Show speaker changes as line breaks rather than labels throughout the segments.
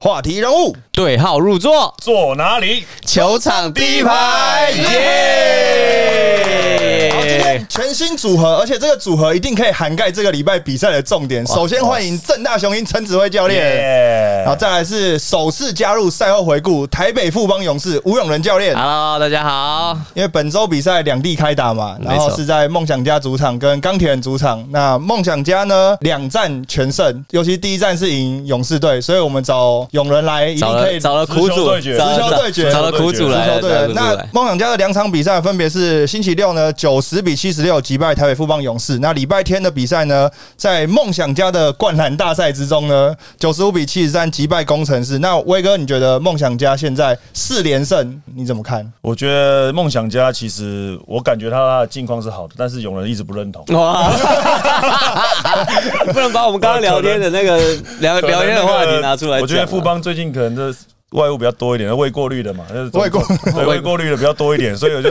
话题人物
对号入座，
坐哪里？
球场第一
排
排，耶！
好，今天全新组合，而且这个组合一定可以涵盖这个礼拜比赛的重点。首先欢迎正大雄鹰陈子辉教练，
耶
然后再来是首次加入赛后回顾台北富邦勇士吴永仁教练，
Hello，大家好。
因为本周比赛两地开打嘛，然
没
后
错
是在梦想家主场跟钢铁人主场。那梦想家呢，两战全胜，尤其第一战是赢勇士队，所以我们找勇人来一定
找
可
了
以
找了苦
直球
主
对，决
找
直球
了
对决
找了苦主
足
来
球队
了，
的。
找
那
了苦主来
梦想家的两场比赛分别是星期六呢九十比七十六击败台北富邦勇士，那礼拜天的比赛呢，在梦想家的灌篮大赛之中呢，九十五比七十三击败工程师。那威哥，你觉得梦想家现在四连胜，你怎么看？
我觉得梦想家其实我感觉他的境况是好的，但是有人一直不认同。
哇！不能把我们刚刚聊天的那个聊聊天的话题拿出来讲啊。
我觉得富邦最近可能这外务比较多一点，未过滤的嘛，就是
未过
对未过滤的比较多一点，所以我 就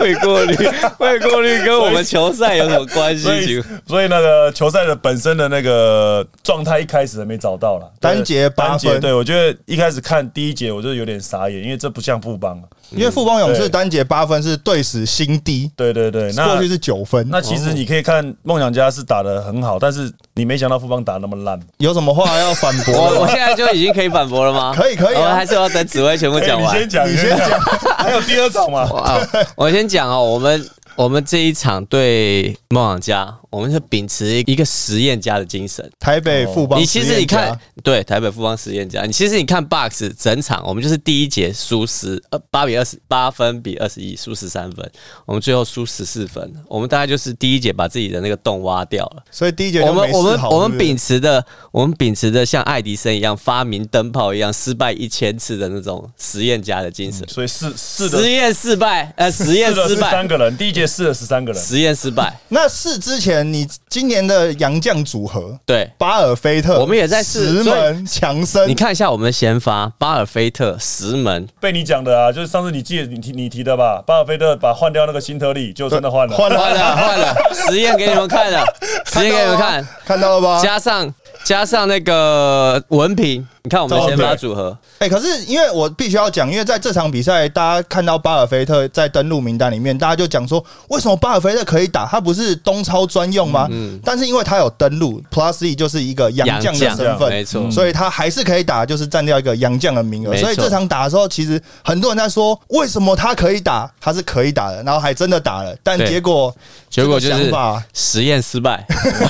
未过滤，未过滤跟我们球赛有什么关
所
系
以？所以那个球赛的本身的那个状态一开始还没找到了，
单节八
单
分
节，对我觉得一开始看第一节我就有点傻眼，因为这不像富邦啊。
因为富邦勇士
对
单节八分是队史新低，
对对对，那
过去是九分。
那其实你可以看梦想家是打得很好，但是你没想到富邦打得那么烂。
有什么话要反 驳
我我
的吗？
现在就已经可以反驳了吗？
可以可以啊
我们还是要等紫薇全部讲
哎你
完
先。讲，
你先
讲， 还有第二场嘛？
啊，我先讲哦，我们我们这一场对梦想家，我们是秉持一个实验家的精神。
台北富邦
你
实
其
验家，
实你看，对台北富邦实验家，你其实你看 Box 整场，我们就是第一节输十呃八比二十八分比二十一输十三分，我们最后输十四分，我们大概就是第一节把自己的那个洞挖掉了。
所以第一节
我
就
们
没
我
试
们
好。
我
是
们
不是
秉持的我们秉持的像爱迪生一样发明灯泡一样失败一千次的那种实验家的精神，
嗯
所以四四的
实验失败，呃，实验
四的
失
十三
败，
个人，第一节四的十三个人，
实验失败，
那是之前你今年的洋将组合，
对。
巴尔菲特，
我们也在试
石
所以
门强森
你，看一下我们的先发巴尔菲特、石门，
被你讲的啊，就是上次你记得你提你提的吧？巴尔菲特把换掉那个新特利，就真的换了。
换
换
了，
了换了，实验给你们 看了，实验给你们看，
看到了吗？
加上加上那个文凭，你看我们的先发组合，
哎、可是因为我必须要讲，因为在这场比赛，大家看到巴尔菲特在登录名单里面，大家就讲说，为什么巴尔菲特可以打？他不是东超专用吗？
嗯
但是因为他有登录，Plus E 就是一个洋将的
洋将
身份，
没错
所以他还是可以打，就是占掉一个洋将的名额。
没错
所以这场打的时候，其实很多人在说，为什么他可以打？他是可以打的，然后还真的打了，但
对
结果
结果就
这个想
是
法
实验失败，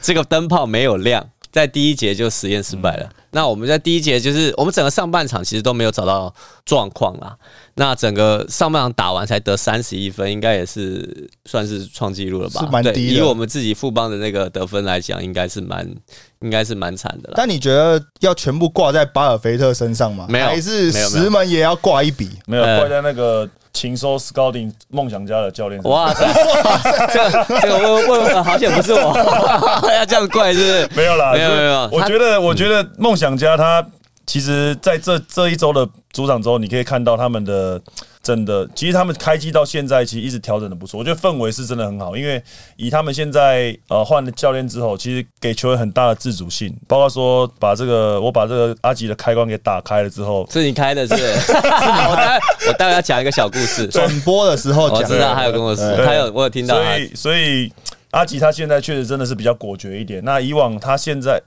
这个灯泡没有亮，在第一节就实验失败了。
嗯
那我们在第一节就是我们整个上半场其实都没有找到状况啦。那整个上半场打完才得三十一分，应该也是算是创纪录了吧？
是蛮
对
低的
以我们自己富邦的那个得分来讲，应该是蛮应该是蛮惨的啦。
但你觉得要全部挂在巴尔菲特身上吗？
没有
还是
没有没有
石门也要挂一笔？
没有
呃
怪在那个勤收 scouting 梦想家的教练。
哇塞，这个这个问问问，好险不是我， 要这样怪是不是？
没有啦，
没有
就是
没有没有
我
他嗯
觉得，我觉得梦想家他其实在这这一周的主场周，你可以看到他们的真的，其实他们开机到现在其实一直调整的不错，我觉得氛围是真的很好，因为以他们现在呃换了教练之后，其实给球员很大的自主性，包括说把这个我把这个阿吉的开关给打开了之后。
是你开的是不是？ 我待我待会要讲一个小故事，
转播的时候
我
讲
哦知
的，
道他有跟我说，
对
他有我有听到
所
他。
以所以阿吉他现在确实真的是比较果决一点。那以往他现在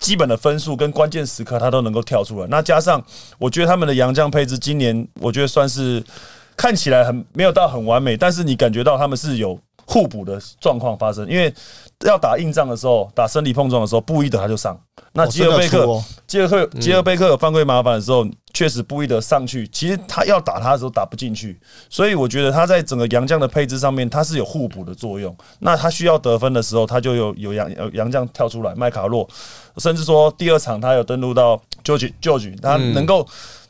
基本的分数跟关键时刻他都能够跳出来，那加上我觉得他们的洋将配置今年我觉得算是看起来很没有到很完美，但是你感觉到他们是有。互补的状况发生，因为要打硬仗的时候，打身体碰撞的时候，布伊德他就上。那吉尔贝
真的
克
出哦，
吉尔克吉尔贝克有犯规麻烦的时候，确实布伊德上去，其实他要打他的时候打不进去，所以我觉得他在整个洋将的配置上面，他是有互补的作用。那他需要得分的时候，他就有有洋有洋将跳出来，麦卡洛，甚至说第二场他有登录到 j o g e j o g e 他能够。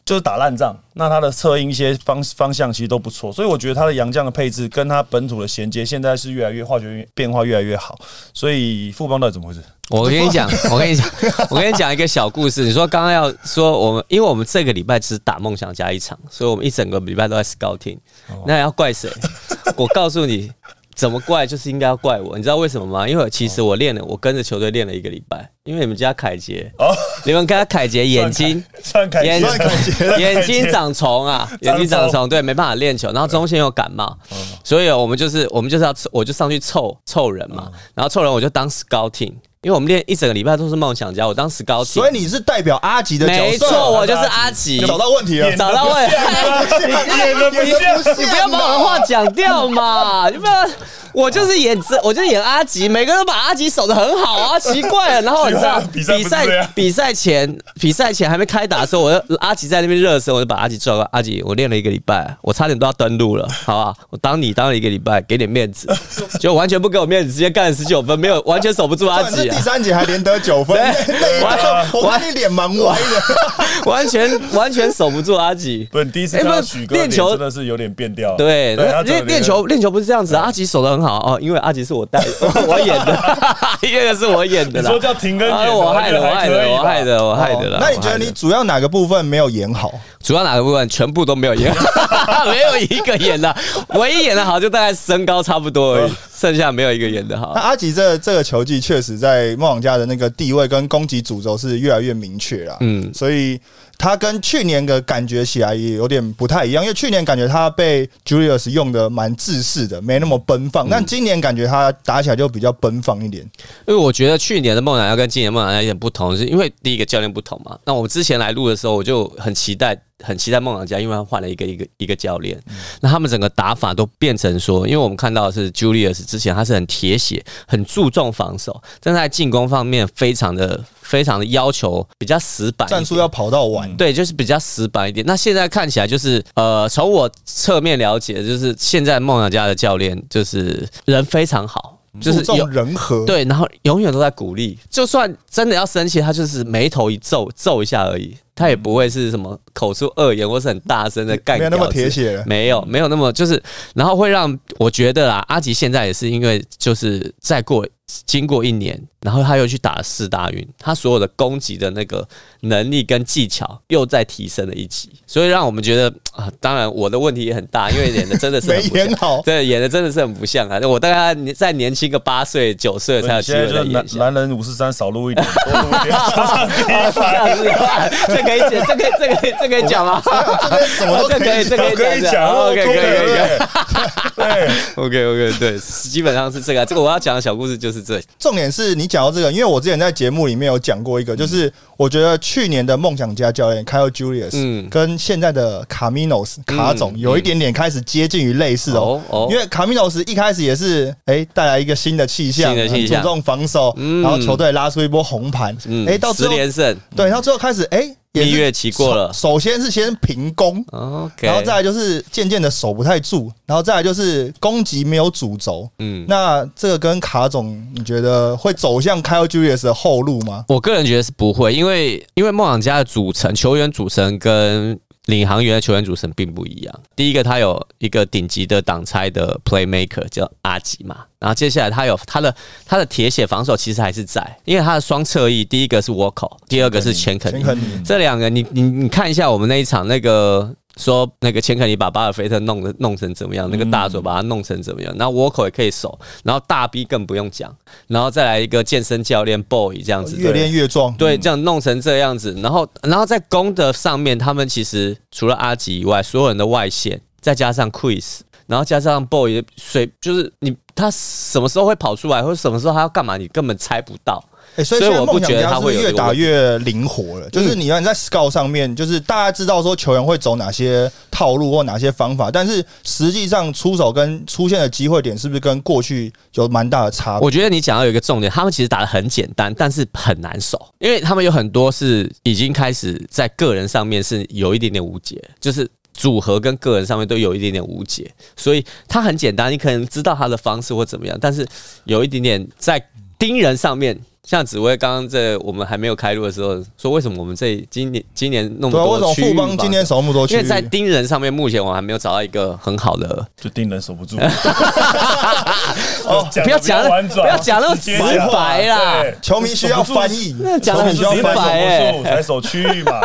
就是打烂仗，那他的策应一些方方向其实都不错，所以我觉得他的洋将的配置跟他本土的衔接，现在是越来越化学变化越来越好，所以富邦到底怎么回事？
我跟你讲，我跟你讲，我跟你讲一个小故事。你说刚刚要说我们，因为我们这个礼拜只打梦想
哦
家一场，所以我们一整个礼拜都在 scouting，那要怪谁？我告诉你，怎么怪就是应该要怪我，你知道为什么吗？因为其
哦
实我练了，我跟着球队练了一个礼拜，因为你们家凯杰，
哦，
你们家凯杰眼睛
算凯
眼
算凯杰，
眼睛长虫啊，眼睛长
长
虫，对，没办法练球，然后中线又感冒，
嗯
所以我们就是我们就是要凑我就上去凑凑人
嗯
嘛，然后凑人我就当 scouting，因为我们练一整个礼拜都是梦想家，我当 scouting，
所以你是代表阿吉的角色，啊
没错，我就是阿吉，
找到问题了，
找到问题。你不要
演的不像，
把我的话讲掉嘛！你不要，我就是演这，我就是演阿吉，每个人都把阿吉守的很好啊，奇怪了。然后你知道
比赛不是这样
比赛前，比赛前还没开打的时候，我就阿吉在那边热的时候，我就把阿吉叫过来，阿吉，我练了一个礼拜，我差点都要登录了，好吧？我当你当了一个礼拜，给点面 子，就完全不给我面子，直接干了十九分，没有完全守不住阿
重点是
吉啊
第。三节还连得九分，
对
那
我
那 我看你脸蛮歪的。
完全完全守不住阿吉。
不，你第一次
哎
看到
不是
许哥
练
脸
球
真的是有点变调。
对，
他
那
真的
练练球练球不是这样子啊，阿吉守的很好哦，因为阿吉是我带 我演的，那个是我演的
你
啦
说。叫停跟
啊，
点，
我害的，我
我
害的，我害
的。
的，我害
哦
的啦。
那你觉得
我害
你
的
主要哪个部分没有演好？
主要哪个部分全部都没有演， 没有一个演的，唯一演的好就大概身高差不多而已，剩下没有一个演的好
那。阿吉这这个球技确实在梦想家的那个地位跟攻击主轴是越来越明确了，嗯，所以他跟去年的感觉起来也有点不太一样，因为去年感觉他被 Julius 用的蛮自私的，没那么奔
嗯
放，但今年感觉他打起来就比较奔放一点，
因为我觉得去年的梦想要跟今年的梦想要有点不同，是因为第一个教练不同嘛。那我们之前来录的时候，我就很期待，很期待梦想家，因为他换了一个一个一个教练，
嗯
那他们整个打法都变成说，因为我们看到的是 Julius 之前他是很铁血，很注重防守，但是在进攻方面非常的非常的要求比较死板一点，
战术要跑到晚，
对，就是比较死板一点。那现在看起来就是，呃，从我侧面了解，就是现在梦想家的教练就是人非常好，就
注
是有
重人和，
对，然后永远都在鼓励，就算真的要生气，他就是眉头一皱，皱一下而已，他也不会是什么口出恶言或是很大声的干
没有那
掉之类的。
么铁血了。
没有，没有那么就是，然后会让我觉得啦，阿吉现在也是因为就是再过经过一年，然后他又去打了四大运，他所有的攻击的那个能力跟技巧又再提升了一级，所以让我们觉得啊，当然我的问题也很大，因为演的真的是
没
很不像
演好，
对，演的真的是很不像啊！我大概再年轻个八岁、九岁才有
你
机
现在
会
就
再
是
演
男
一下。
男人五十三少录一点，多录一 点，
这可以讲，这可以，这可以，这可以讲吗？
什么都
这可以，这可以
可以
讲
讲
，OK，可以，可以，可以。
对，
OK，OK，对，基本上是这个啊。这个我要讲的小故事就是这。
重点是你讲到这个，因为我之前在节目里面有讲
嗯
过一个，就是我觉得去年的梦想家教练 Kyle Julius，
嗯
跟现在的 Caminos 卡总
嗯
有一点点开始接近于类似哦
哦。哦
因为 Caminos 一开始也是哎带来一个新的气象，
新的
很
气
注
象
重防守，
嗯
然后球队拉出一波红盘，
嗯，
哎到最
十
后
连胜
对，到最后开始哎也
蜜
是
月期过了
首首先是先平攻，
，OK，
然后再来就是渐渐的守不太住，然后再来就是攻击没有主轴。
嗯，
那这个跟卡总，你觉得会走向 Kyle Julius 的后路吗？
我个人觉得是不会，因为因为梦想家的组成球员组成跟领航员的球员组成并不一样。第一个，他有一个顶级的挡拆的 playmaker 叫阿吉嘛，然后接下来他有他的他的铁血防守其实还是在，因为他的双侧翼，第一个是 w a l 第二个是钱肯尼
钱。肯尼，
这两个，你你你看一下我们那一场那个。说那个钱肯尼把巴尔菲特弄的弄成怎么样？那个大手把他弄成怎么样？
嗯
然后倭寇也可以守，然后大 B 更不用讲，然后再来一个健身教练 Boy 这样子，
哦越练越壮。
对，这样弄成这样子，然后然后在攻的上面，他们其实除了阿吉以外，所有人的外线，再加上 Quiz，然后加上 Boy，随就是你他什么时候会跑出来，或者什么时候他要干嘛，你根本猜不到。
哎，所以
所
现
以
在
我不
梦想
觉得
家
他
是不
会
是
有
越
这个
打
问题嗯
越灵活了。就是你看在 scout 上面，就是大家知道说球员会走哪些套路或哪些方法，但是实际上出手跟出现的机会点是不是跟过去有蛮大的差别？
我觉得你讲到有一个重点，他们其实打的很简单，但是很难守，因为他们有很多是已经开始在个人上面是有一点点无解，就是。组合跟个人上面都有一点点无解，所以他很简单，你可能知道他的方式或怎么样，但是有一点点在盯人上面，像紫薇刚刚这我们还没有开录的时候说，为什么我们这今年今年那么
对啊，为什
多
么
区域
富
防
邦
守？
今天守那么多
因
区
为
域？
在盯人上面，目前我还没有找到一个很好的
就盯人守不住。 哦
不要讲
婉转，
不要讲那么
直接
直
讲
白啦
对
球迷需要翻译，
那 讲得很
球迷需要
直白
翻译。
哎
守不住才守区 域嘛，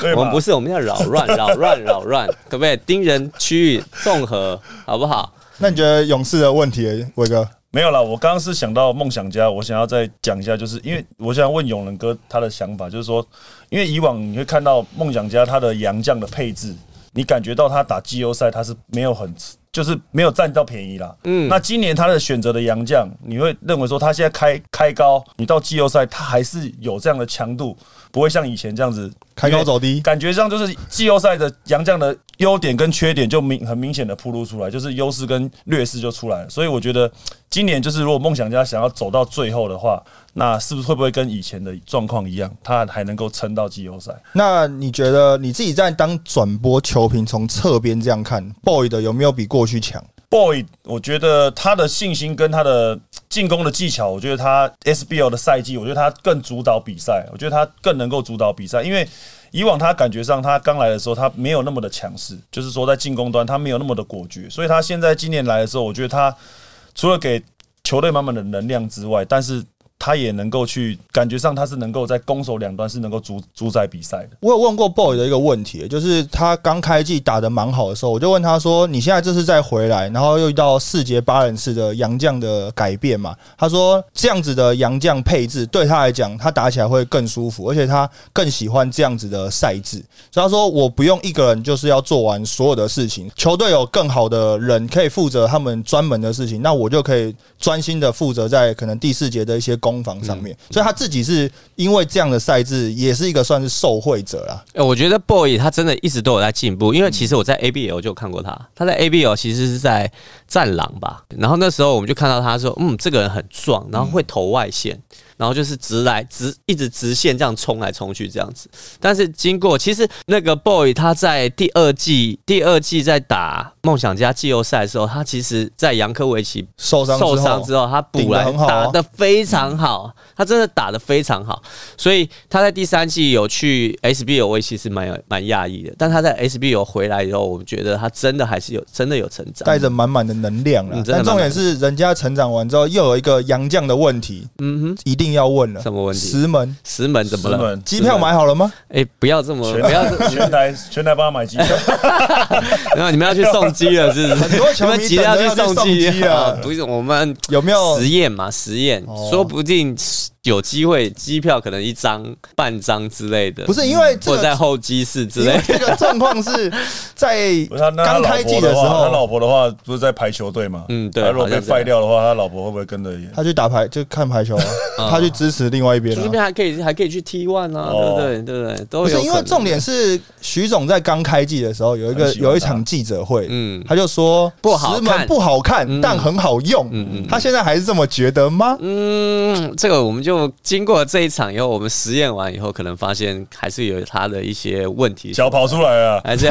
对吧？
我们不是，我们要扰乱、扰乱、扰乱，可不可以？盯人区域综合，好不好？
那你觉得勇士的问题，伟哥？
没有啦，我刚刚是想到梦想家，我想要再讲一下，就是因为我想问永仁哥他的想法，就是说，因为以往你会看到梦想家他的洋将的配置，你感觉到他打季后赛他是没有很，就是没有占到便宜啦。嗯，那今年他的选择的洋将，你会认为说他现在开开高，你到季后赛他还是有这样的强度，不会像以前这样子
开高走低
感觉上就是季后赛的杨将的优点跟缺点就明很明显的铺露出来，就是优势跟劣势就出来了。所以我觉得今年就是如果梦想家想要走到最后的话，那是不是会不会跟以前的状况一样，他还能够撑到季后赛？
那你觉得你自己在当转播球评，从侧边这样看，boy 的有没有比过去强？
Boy，我觉得他的信心跟他的进攻的技巧，我觉得他 SBL 的赛季，我觉得他更主导比赛，我觉得他更能够主导比赛，因为以往他感觉上他刚来的时候，他没有那么的强势，就是说在进攻端他没有那么的果决，所以他现在今年来的时候，我觉得他除了给球队满满的能量之外，但是他也能够去感觉上他是能够在攻守两端是能够主主宰比赛的。
我有问过 boy 的一个问题，就是他刚开季打得蛮好的时候，我就问他说：“你现在这次再回来，然后又遇到四节八人次的洋将的改变嘛？”他说：“这样子的洋将配置对他来讲，他打起来会更舒服，而且他更喜欢这样子的赛制。所以他说，我不用一个人就是要做完所有的事情，球队有更好的人可以负责他们专门的事情，那我就可以专心的负责在可能第四节的一些攻防上
嗯
面。所以他自己是因为这样的赛制，也是一个算是受惠者啦。
哎、我觉得 Boy 他真的一直都有在进步，因为其实我在 ABL 就有看过他，他在 ABL 其实是在战狼吧，然后那时候我们就看到他说，嗯，这个人很壮，然后会投外线，然后就是直来直一直直线这样冲来冲去这样子。但是经过其实那个 Boy 他在第二季第二季在打梦想家季后赛的时候，他其实在扬科维奇
受伤
嗯受伤之
后，
后，他
顶
补
得
来
很好啊
打得非常好，他真的打得非常好，所以他在第三季有去 SBO，我其实蛮有蛮讶异的，但他在 SBO 回来以后，我觉得他真的还是有真的有成长，
带着满满的能量啦
嗯。真的
但重
满
点
满
是，人家成长完之后，又有一个洋将的问题，
嗯哼，
一定要问了。
什么问题
石门
石门怎么
石
了
门？
机票买好了吗？
哎、不要这么，
全
不要这，
全台全台帮他买机票，
然后你们要去送机 了，是不是？
很多球
你
迷
们急着
等着要去
送
送机啊
啊不是我们
有没 有
实验嘛，实验
哦，
说不定有机会，机票可能一张、半张之类的，
不是因为这
或者在
个，
候机室之
因
类
为这
的。
个状况是在
不是他那他
刚开
老
季
婆
的
的
时
话，他老
候，
婆的话不是在排球队嘛？
嗯对
啊他如果
好像
被
是这样
废掉的话，他老婆会不会跟着也？
他去打排就看排球 啊，
嗯
他去支持另外一边
这
啊。
边还可以还可以去 T one 啊，
哦
对不对？对不对？都
不是
有可能
因为重点，是徐总在刚开季的时候有一个
很喜欢
有一
他
场记者会，
嗯
他就说
不好
石门
看
不好看，
嗯
但很好用。
嗯嗯
他现在还是这么觉得吗？
嗯，这个我们就经过这一场以后，我们实验完以后，可能发现还是有它的一些问题。
脚跑出来啊了，
还是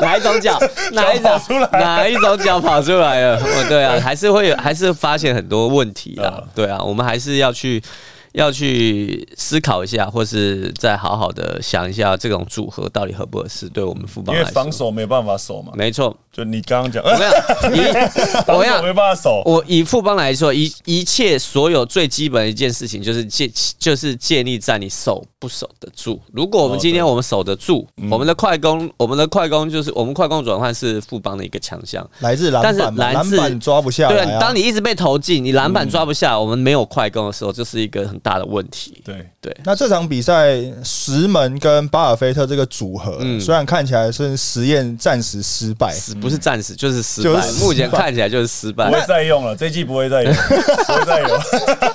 哪一种脚？哪一种
脚跑出来
哪一种脚跑出来了？哦，对 啊，还是会有，还是发现很多问题啦
啊。
对啊，我们还是要去要去思考一下，或是再好好的想一下这种组合到底合不合适，对我们副
因
帮来
为
说。
防守没办法守嘛。
没错，
就你刚刚讲，
我跟你讲， 以我跟你
防守没
讲，
办法守，
我以富邦来说，一一切所有最基本的一件事情，就是建就是建立在你守不守得住。如果我们
哦
今天
对
我们守得住，我们的快攻，我们的快攻就是我们快攻转换是富邦的一个强项。
来自篮
但是
板嘛，
篮
篮
子
板抓不下
对
来
啊，嗯
啊。
当你一直被投进，你篮板抓不下，我们没有快攻的时候，这是一个很大的问题。
对，
对，
那这场比赛，石门跟巴尔菲特这个组合，
嗯
虽然看起来是实验暂时失败，
死不是暂时就是失败
就是失，败
目前看起来就是失败
不。会再用了，这季不会 再有，不会再有，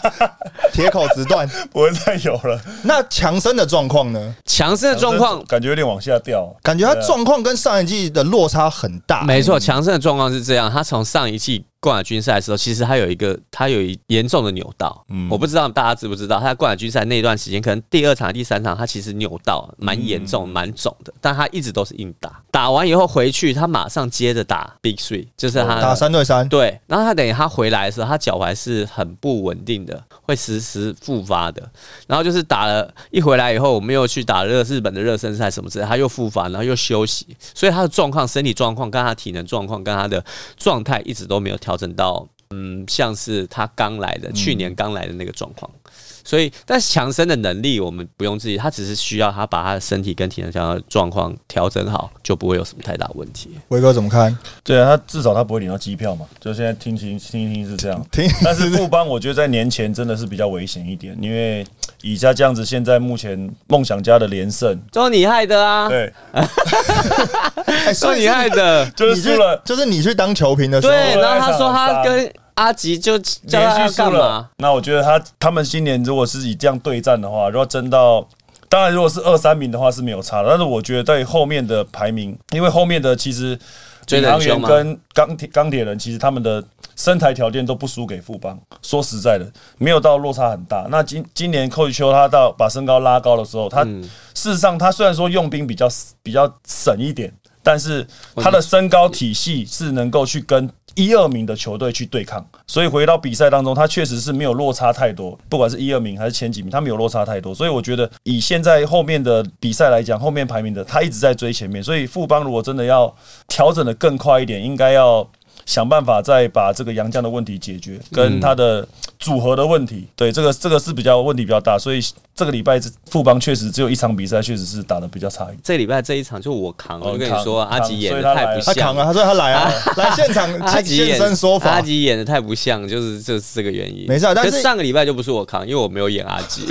铁口直 断。
不会再有了。
那强森的状况呢？
强森的状况
感觉有点往下掉，
感觉他
对啊
状况跟上一季的落差很大。
没错，强盛的状况是这样，他从上一季冠军赛的时候，其实他有一个他有一严重的扭到，
嗯
我不知道大家知不知道，他在冠军赛那段时间，可能第二场、第三场他其实扭到蛮严重、蛮肿的，但他一直都是硬打，打完以后回去，他马上接着打 Big Three，就是他
哦打三对三，
对，然后他等于他回来的时候，他脚踝是很不稳定的，会时时复发的。然后就是打了一回来以后，我们又去打热日本的热身赛什么之类，他又复发，然后又休息，所以他的状况、身体状况、跟他的体能状况、跟他的状态一直都没有调整到，嗯，像是他刚来的、去年刚来的那个状况。所以，但是强森的能力我们不用质疑，他只是需要他把他的身体跟体能上的状况调整好，就不会有什么太大问题。
伟哥怎么看？
对啊，他至少他不会领到机票嘛。就现在听听听一听是这 样，
听
但是富邦我觉得在年前真的是比较危险一点，因为以下这样子，现在目前梦想家的连胜，
都你害的啊，
对，
哎，
都
所以
你害的。
就是
你
输了，
就是你去当球评的时候，
对，
我
然后
在
他
场
说他
上
跟阿吉就叫他
连
要
续输
干嘛
了？。那我觉得他他们今年如果是以这样对战的话，如果争到。当然，如果是二三名的话是没有差的，但是我觉得对后面的排名，因为后面的其实
追得很
航
凶
员
吗
跟钢铁钢铁人，其实他们的身材条件都不输给富邦。说实在的，没有到落差很大。那今今年寇秋他到把身高拉高的时候，他、
嗯
事实上他虽然说用兵比较比较省一点，但是他的身高体系是能够去跟一二名的球队去对抗，所以回到比赛当中，他确实是没有落差太多，不管是一二名还是前几名，他没有落差太多。所以我觉得以现在后面的比赛来讲，后面排名的他一直在追前面，所以富邦如果真的要调整的更快一点，应该要。想办法再把这个杨绛的问题解决，
嗯
跟他的组合的问题，对这个这个是比较问题比较大，所以这个礼拜富邦确实只有一场比赛，确实是打的比较差一点。
这礼拜这一场就我扛了，
哦
我跟你
扛
说，阿
扛
吉演的
所以他来
太不
了
他
像
扛了，他说他来啊，来现场
阿吉
现
演
身说法
阿。吉演的太不像，就是就是这个原因。
没事啊但
可
是
上个礼拜就不是我扛，因为我没有演阿 吉。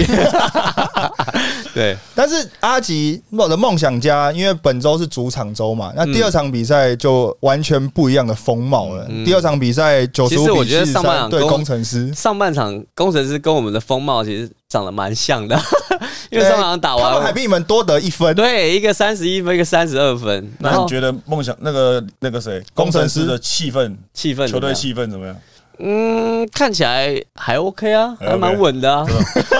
对，
但是阿吉我的梦想家，因为本周是主场周嘛，
嗯
那第二场比赛就完全不一样的风貌了。第二场比赛九
嗯其
十
实
五
我
比
觉得
七十
上半场
三对
攻
工程师，
上半场工程师跟我们的风貌其实长得蛮像的， 因为上半场打
哎他们还
完，
比你们多得一分。
对，一个三十一分，一个三十二分，然
那你
后
觉得梦想那个那个谁，
工程师
的气氛，
气氛怎
球
么
队
样，
气氛怎么样？
嗯，看起来还 OK 啊，
还
还蛮
OK
稳的啊，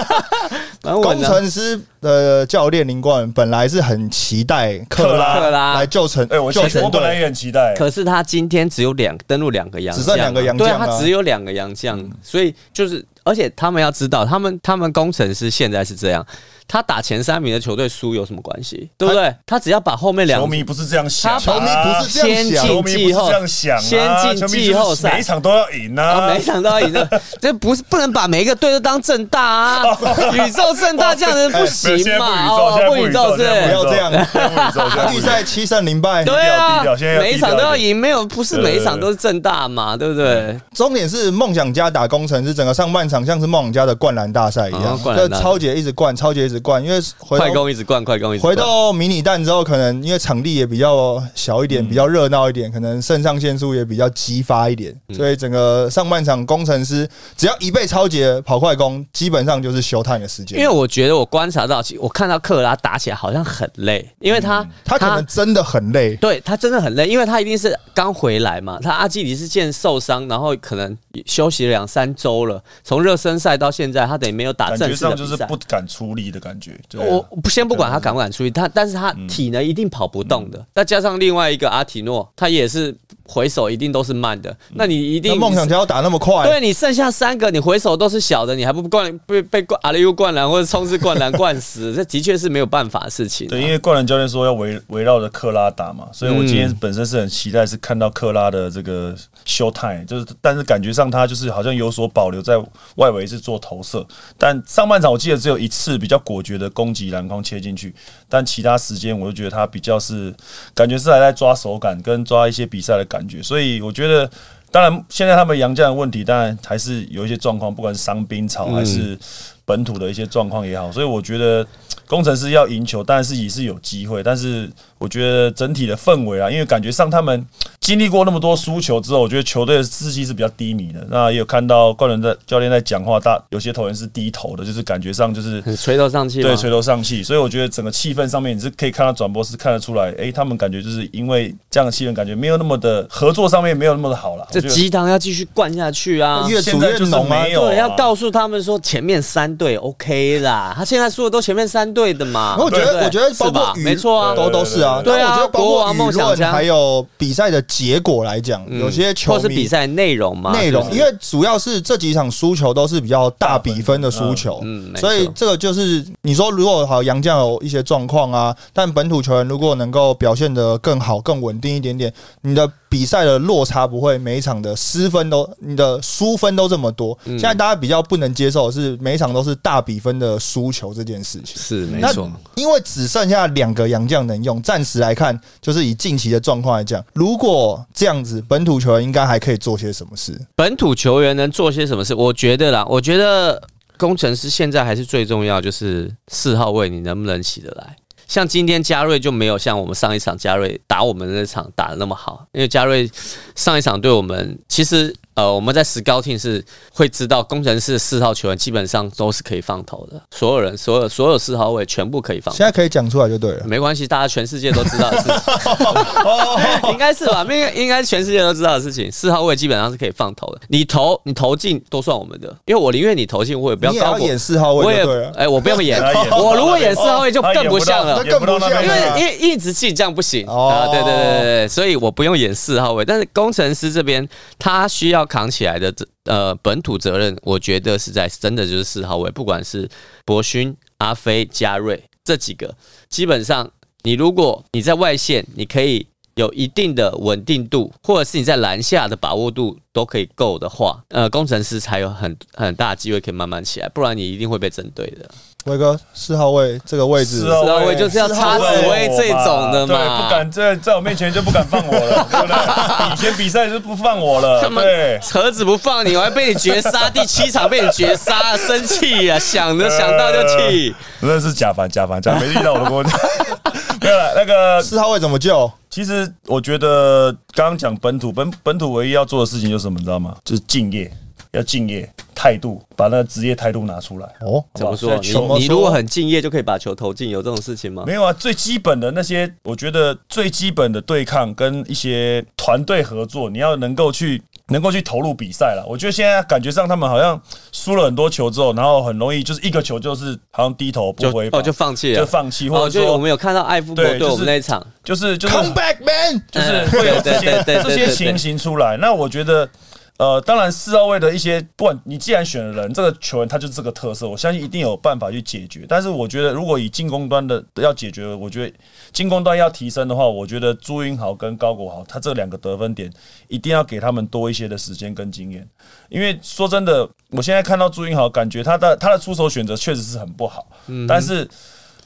蛮稳
工
的啊。
程师的教练林冠本来是很期待克拉
克拉
来救成，
哎，我
救
其实
成
我本来
队。
也很期待，
可是他今天只有两登录两个洋将啊，
只剩两个洋将
对
啊
啊，他只有两个洋将，所以就是，而且他们要知道，他们他们工程师现在是这样，他打前三名的球队输有什么关系，对不对？他只要把后面两
球迷不是这样想啊，
他
球迷不是这样
先
想，
进
球迷不是这样想啊，
先进
球迷
季后
就是
赛
每一场都要赢
啊，
啊
没。想到赢了，这不是不能把每一个队都当正大啊， 宇宙正大这样子不
现
行
在不宇
嘛，
宙
哦
现在，不
不
宇
宇
宙
宙是
现在
不
不宇
要
宙
这样，
现在不宇宙 现在不
预
宇宙
赛七胜零败。
对
低
啊
调现在，要
每一场
低
都
调
要
一点
赢，没有不是
对嗯
每一场都是正大嘛，对不对？
重点是梦想家打工程师，整个上半场像是梦想家的灌篮大赛一
啊
样，
灌篮
就
大赛
超姐一直灌，超姐一直灌，因为回
快
头
攻一直灌，快攻一直灌
回到迷你蛋之后，可能因为场地也比较小一
嗯
点，比较热闹一点，可能肾上腺素也比较激发一点，
嗯
所以整个上半场工程师只要一被超节跑快攻，基本上就是休探的时间。
因为我觉得我观察到，其我看到克拉打起来好像很累，因为他、
嗯他可能真的很累，
对他真的很累，因为他一定是刚回来嘛。他阿基里斯腱受伤，然后可能休息了两三周了，从热身赛到现在，他等于没有打
感
啊正
觉
式的
上就
比
是
赛
不。敢出力的感觉。对啊嗯
我不先不管他敢不敢出去，他但是他体能一定跑不动的。再加上另外一个阿提诺，他也是回手一定都是慢的。
嗯
那你一
那
定
梦想家要打那么快，
对你剩下三个，你回手都是小的，你还不灌被被灌阿里乌灌篮或者冲刺灌篮灌 死，这的确是没有办法的事情啊、
对，因为灌篮教练说要围围绕着克拉打嘛，所以我今
嗯
天本身是很期待是看到克拉的这个 show time，就是但是感觉上他就是好像有所保留，在外围是做投射，但上半场我记得只有一次比较果决的攻击篮筐切进去，但其他时间我就觉得他比较是感觉是还在抓手感跟抓一些比赛的感觉，所以我觉得。当然，现在他们杨将的问题，当然还是有一些状况，不管是伤兵潮还是本土的一些状况也好，所以我觉得工程师要赢球，当然是也是有机会，但是我觉得整体的氛围啊，因为感觉上他们经历过那么多输球之后，我觉得球队的士气是比较低迷的。那也有看到冠伦在教练在讲话，大有些球员是低头的，就是感觉上就是
很垂头丧气嘛。
对垂头丧气，所以我觉得整个气氛上面你是可以看到转播是看得出来，诶，他们感觉就是因为这样的气氛，感觉没有那么的合作上面没有那么的好了。
这
我觉得
鸡汤要继续灌下去啊！
越
现
煮
在
越
就是
浓啊
没。有啊
对，要告诉他们说前面三队 OK 啦，他现在说的都前面三队的嘛。
我觉
对不
得，
对
我觉得包
是吧
括舆
没错啊，
都都是啊。
对
对
对
但我觉得包
国
括
王梦
舆
想
论
家嗯
还有比赛的结果来讲，有些球
或是
迷
比赛内容嘛，
内容
啊就，是
因为主要是这几场输球都是比较大比分的输球，
嗯嗯没错
所以这个就是你说如果好杨将有一些状况啊，但本土球员如果能够表现得更好、更稳定一点点，你的比赛的落差不会
嗯
每一场的失分都你的输分都这么多。现在大家比较不能接受的是每一场都都是大比分的输球这件事情。
是没
那
错，
因为只剩下两个洋将能用，暂时来看，就是以近期的状况来讲，如果这样子，本土球员应该还可以做些什么事？
本土球员能做些什么事？我觉得啦，我觉得工程师现在还是最重要，就是四号位你能不能起得来。像今天嘉瑞就没有像我们上一场嘉瑞打我们那场打的那么好，因为嘉瑞上一场对我们其实呃我们在 scouting 是会知道工程师的四号球员基本上都是可以放投的，所有人所有所有四号位全部可以放投
现在可以讲出来就对了。
没关系，大家全世界都知道的事
哦
情，应该是吧？应应该全世界都知道的事情。四号位基本上是可以放投的，你投你投进都算我们的，因为我宁愿你投进，我也不
你也要
高过
演。四号
我
位
也
就对了。
哎，我不要演，
他演不 到
我如果演
那
四
边
号位就
他演
更
不
不像
到
了
那。
演不到
更不
那
像
边
因
了
去
啊
为一一直进这样不行
哦
啊，对对对对对，所以我不用演四号位，但是工程师这边他需要扛起来的这呃本土责任，我觉得是在真的就是四号位，不管是博勋、阿飞、嘉瑞这几个，基本上你如果你在外线，你可以有一定的稳定度，或者是你在篮下的把握度都可以够的话，呃，工程师才有很很大的机会可以慢慢起来，不然你一定会被针对的。
威哥，四号位这个位置
是，啊
四号位就是要插紫薇这种的
对，
嘛，
不敢在在我面前就不敢放我 了，对不对？以前比赛就不放我了，
他们
对。
盒子不放你，我还被你绝杀，第七场被你绝杀，生气 呀、想着
呃
想到就气。
那是假凡假凡假凡，没遇到我都跟我讲。 没有了，那个
四号位怎么救？
其实我觉得刚刚讲本土本本土唯一要做的事情就是什么，你知道吗？就是敬业，要敬业态度，把那个职业态度拿出来。
哦，
怎么说？
在球
怎么
你你
说
如果很敬业，就可以把球投进，有这种事情吗？
没有啊，最基本的那些，我觉得最基本的对抗跟一些团队合作，你要能够去能够去投入比赛了。我觉得现在感觉上他们好像输了很多球之后，然后很容易就是一个球就是好像低头不
就
回
哦，就放弃了，
就放弃，
哦，
或者
就我
说
们有看到艾夫伯
对
对我
就是
们那一场，
就是就是
Come back, man！
就是
嗯
会有这
对
些
对对对
这些情形出来。那我觉得。呃，当然，四号位的一些，不管你既然选了人，这个球员他就是这个特色，我相信一定有办法去解决。但是我觉得，如果以进攻端的要解决，我觉得进攻端要提升的话，我觉得朱云豪跟高国豪，他这两个得分点一定要给他们多一些的时间跟经验。因为说真的，我现在看到朱云豪，感觉他的他的出手选择确实是很不好，但是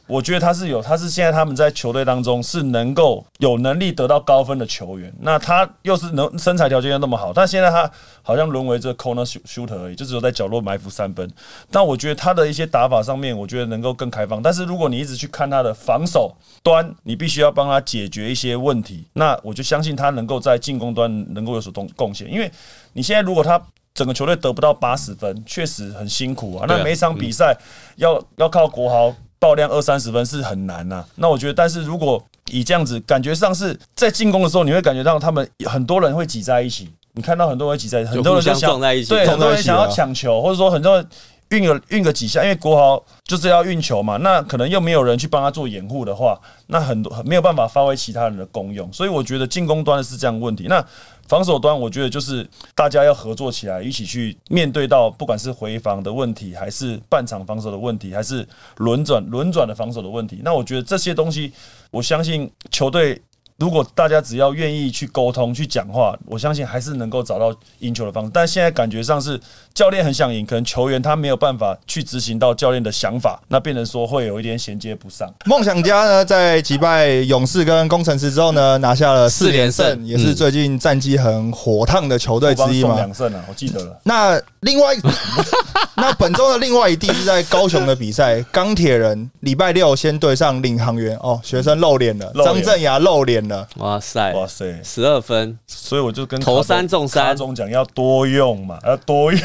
我觉得他是有，他是现在他们在球队当中是能够有能力得到高分的球员。那他又是能身材条件又那么好，但现在他好像沦为这个 corner shoot- shooter 而已，就只有在角落埋伏三分。但我觉得他的一些打法上面，我觉得能够更开放。但是如果你一直去看他的防守端，你必须要帮他解决一些问题。那我就相信他能够在进攻端能够有所贡贡献，因为你现在如果他。整个球队得不到八十分，确实很辛苦啊。
对啊
那每一场比赛要要靠国豪爆量二三十分是很难呐、那我觉得，但是如果以这样子，感觉上是在进攻的时候，你会感觉到他们很多人会挤在一起。你看到很多人会挤在，一起，很多人就
互相
想
撞在一起
对，
撞
很多
在一
人
起啊
想要抢球，或者说很多人运个运个几下，因为国豪就是要运球嘛，那可能又没有人去帮他做掩护的话，那很多没有办法发挥其他人的功用，所以我觉得进攻端是这样的问题。那防守端，我觉得就是大家要合作起来，一起去面对到不管是回防的问题，还是半场防守的问题，还是轮转轮转的防守的问题。那我觉得这些东西，我相信球队如果大家只要愿意去沟通、去讲话，我相信还是能够找到赢球的方式。但现在感觉上是教练很想赢，可能球员他没有办法去执行到教练的想法，那变成说会有一点衔接不上。
梦想家呢，在击败勇士跟工程师之后呢，拿下了四连
四连
胜，
胜
也是最近战绩很火烫的球队之
我帮
一
送
嘛
两。胜啊，我记得 了。
那另外， 那本周的另外一地是在高雄的比 赛，钢铁人礼拜六先对上领航员哦，学生露脸了，
露脸
张镇雅露脸了，
哇塞，
哇塞！
十二分，
所以我就跟
投三中三
卡总讲要多用嘛，要多用。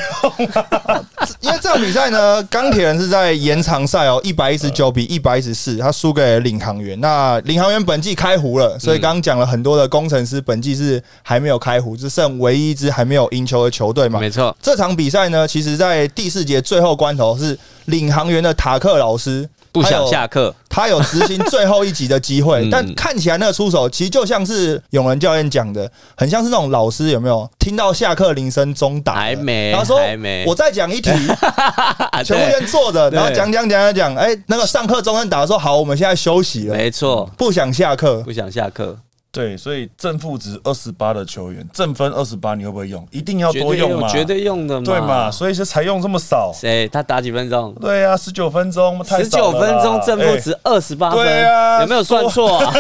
因为这场比赛呢，钢铁人是在延长赛 哦，一百一十九比一百一十四，他输给领航员。那领航员本季开胡了，所以刚刚讲了很多的工程师本季是还没有开胡，只剩唯一一支还没有赢球的球队嘛。
没错，
这场比赛呢，其实在第四节最后关头是领航员的塔克老师
不
他
想
有
下课，
他有执行最后一集的机会
嗯，
但看起来那个出手其实就像是永仁教练讲的，很像是那种老师有没有听到下课铃声钟打了，
还没，
然后说
还没，
我再讲一题，
啊
全部
对
人坐着，
对
然后讲讲讲讲讲，哎，那个上课钟声打说好，我们现在休息了，
没错，
不想下课，
不想下课，
对，所以正负值二十八的球员，正分二十八，你会不会用？一定要
绝
多
对
用嘛，
绝对用的嘛，
对嘛，所以是才用这么少。
谁他打几分钟？
对啊，十九分钟，太
十
少
九
了
分
啦
钟正负
哎
值二十八分，
对啊
有没有算错、啊？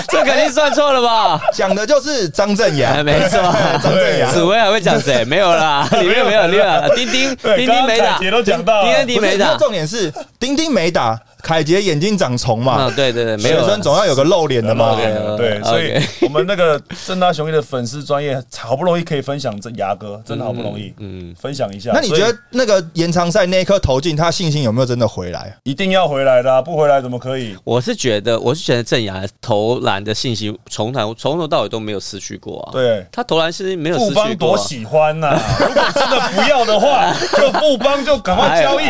这肯定算错了吧？
讲的就是张镇
哎，
阳，
没错，
啊
张镇阳
紫薇还会讲谁？没有 啦，里面没有另外丁丁，
对
丁
刚
丁
刚
没啊打，
凯杰都讲到了
丁跟迪
不是
没打
那。重点是丁丁没打，凯杰眼睛长虫嘛
啊，，对对对，没
学
有啦
生总要有个露脸的嘛。
对啊
对，所以
OK
我们那个正大雄一的粉丝专业，好不容易可以分享这牙哥，真的好不容易，嗯，分享一下。
那你
所
觉
以
得那个延长赛那一颗投进，他信心有没有真的回来？
一定要回来的啊，不回来怎么可以？
我是觉得，我是觉得郑雅投篮的信息从头从头到尾都没有失去过啊。，
对。
他投篮是没有
富
失
邦
去过、
多
啊。
喜欢呐、如果真的不要的话，就富邦就赶快交易。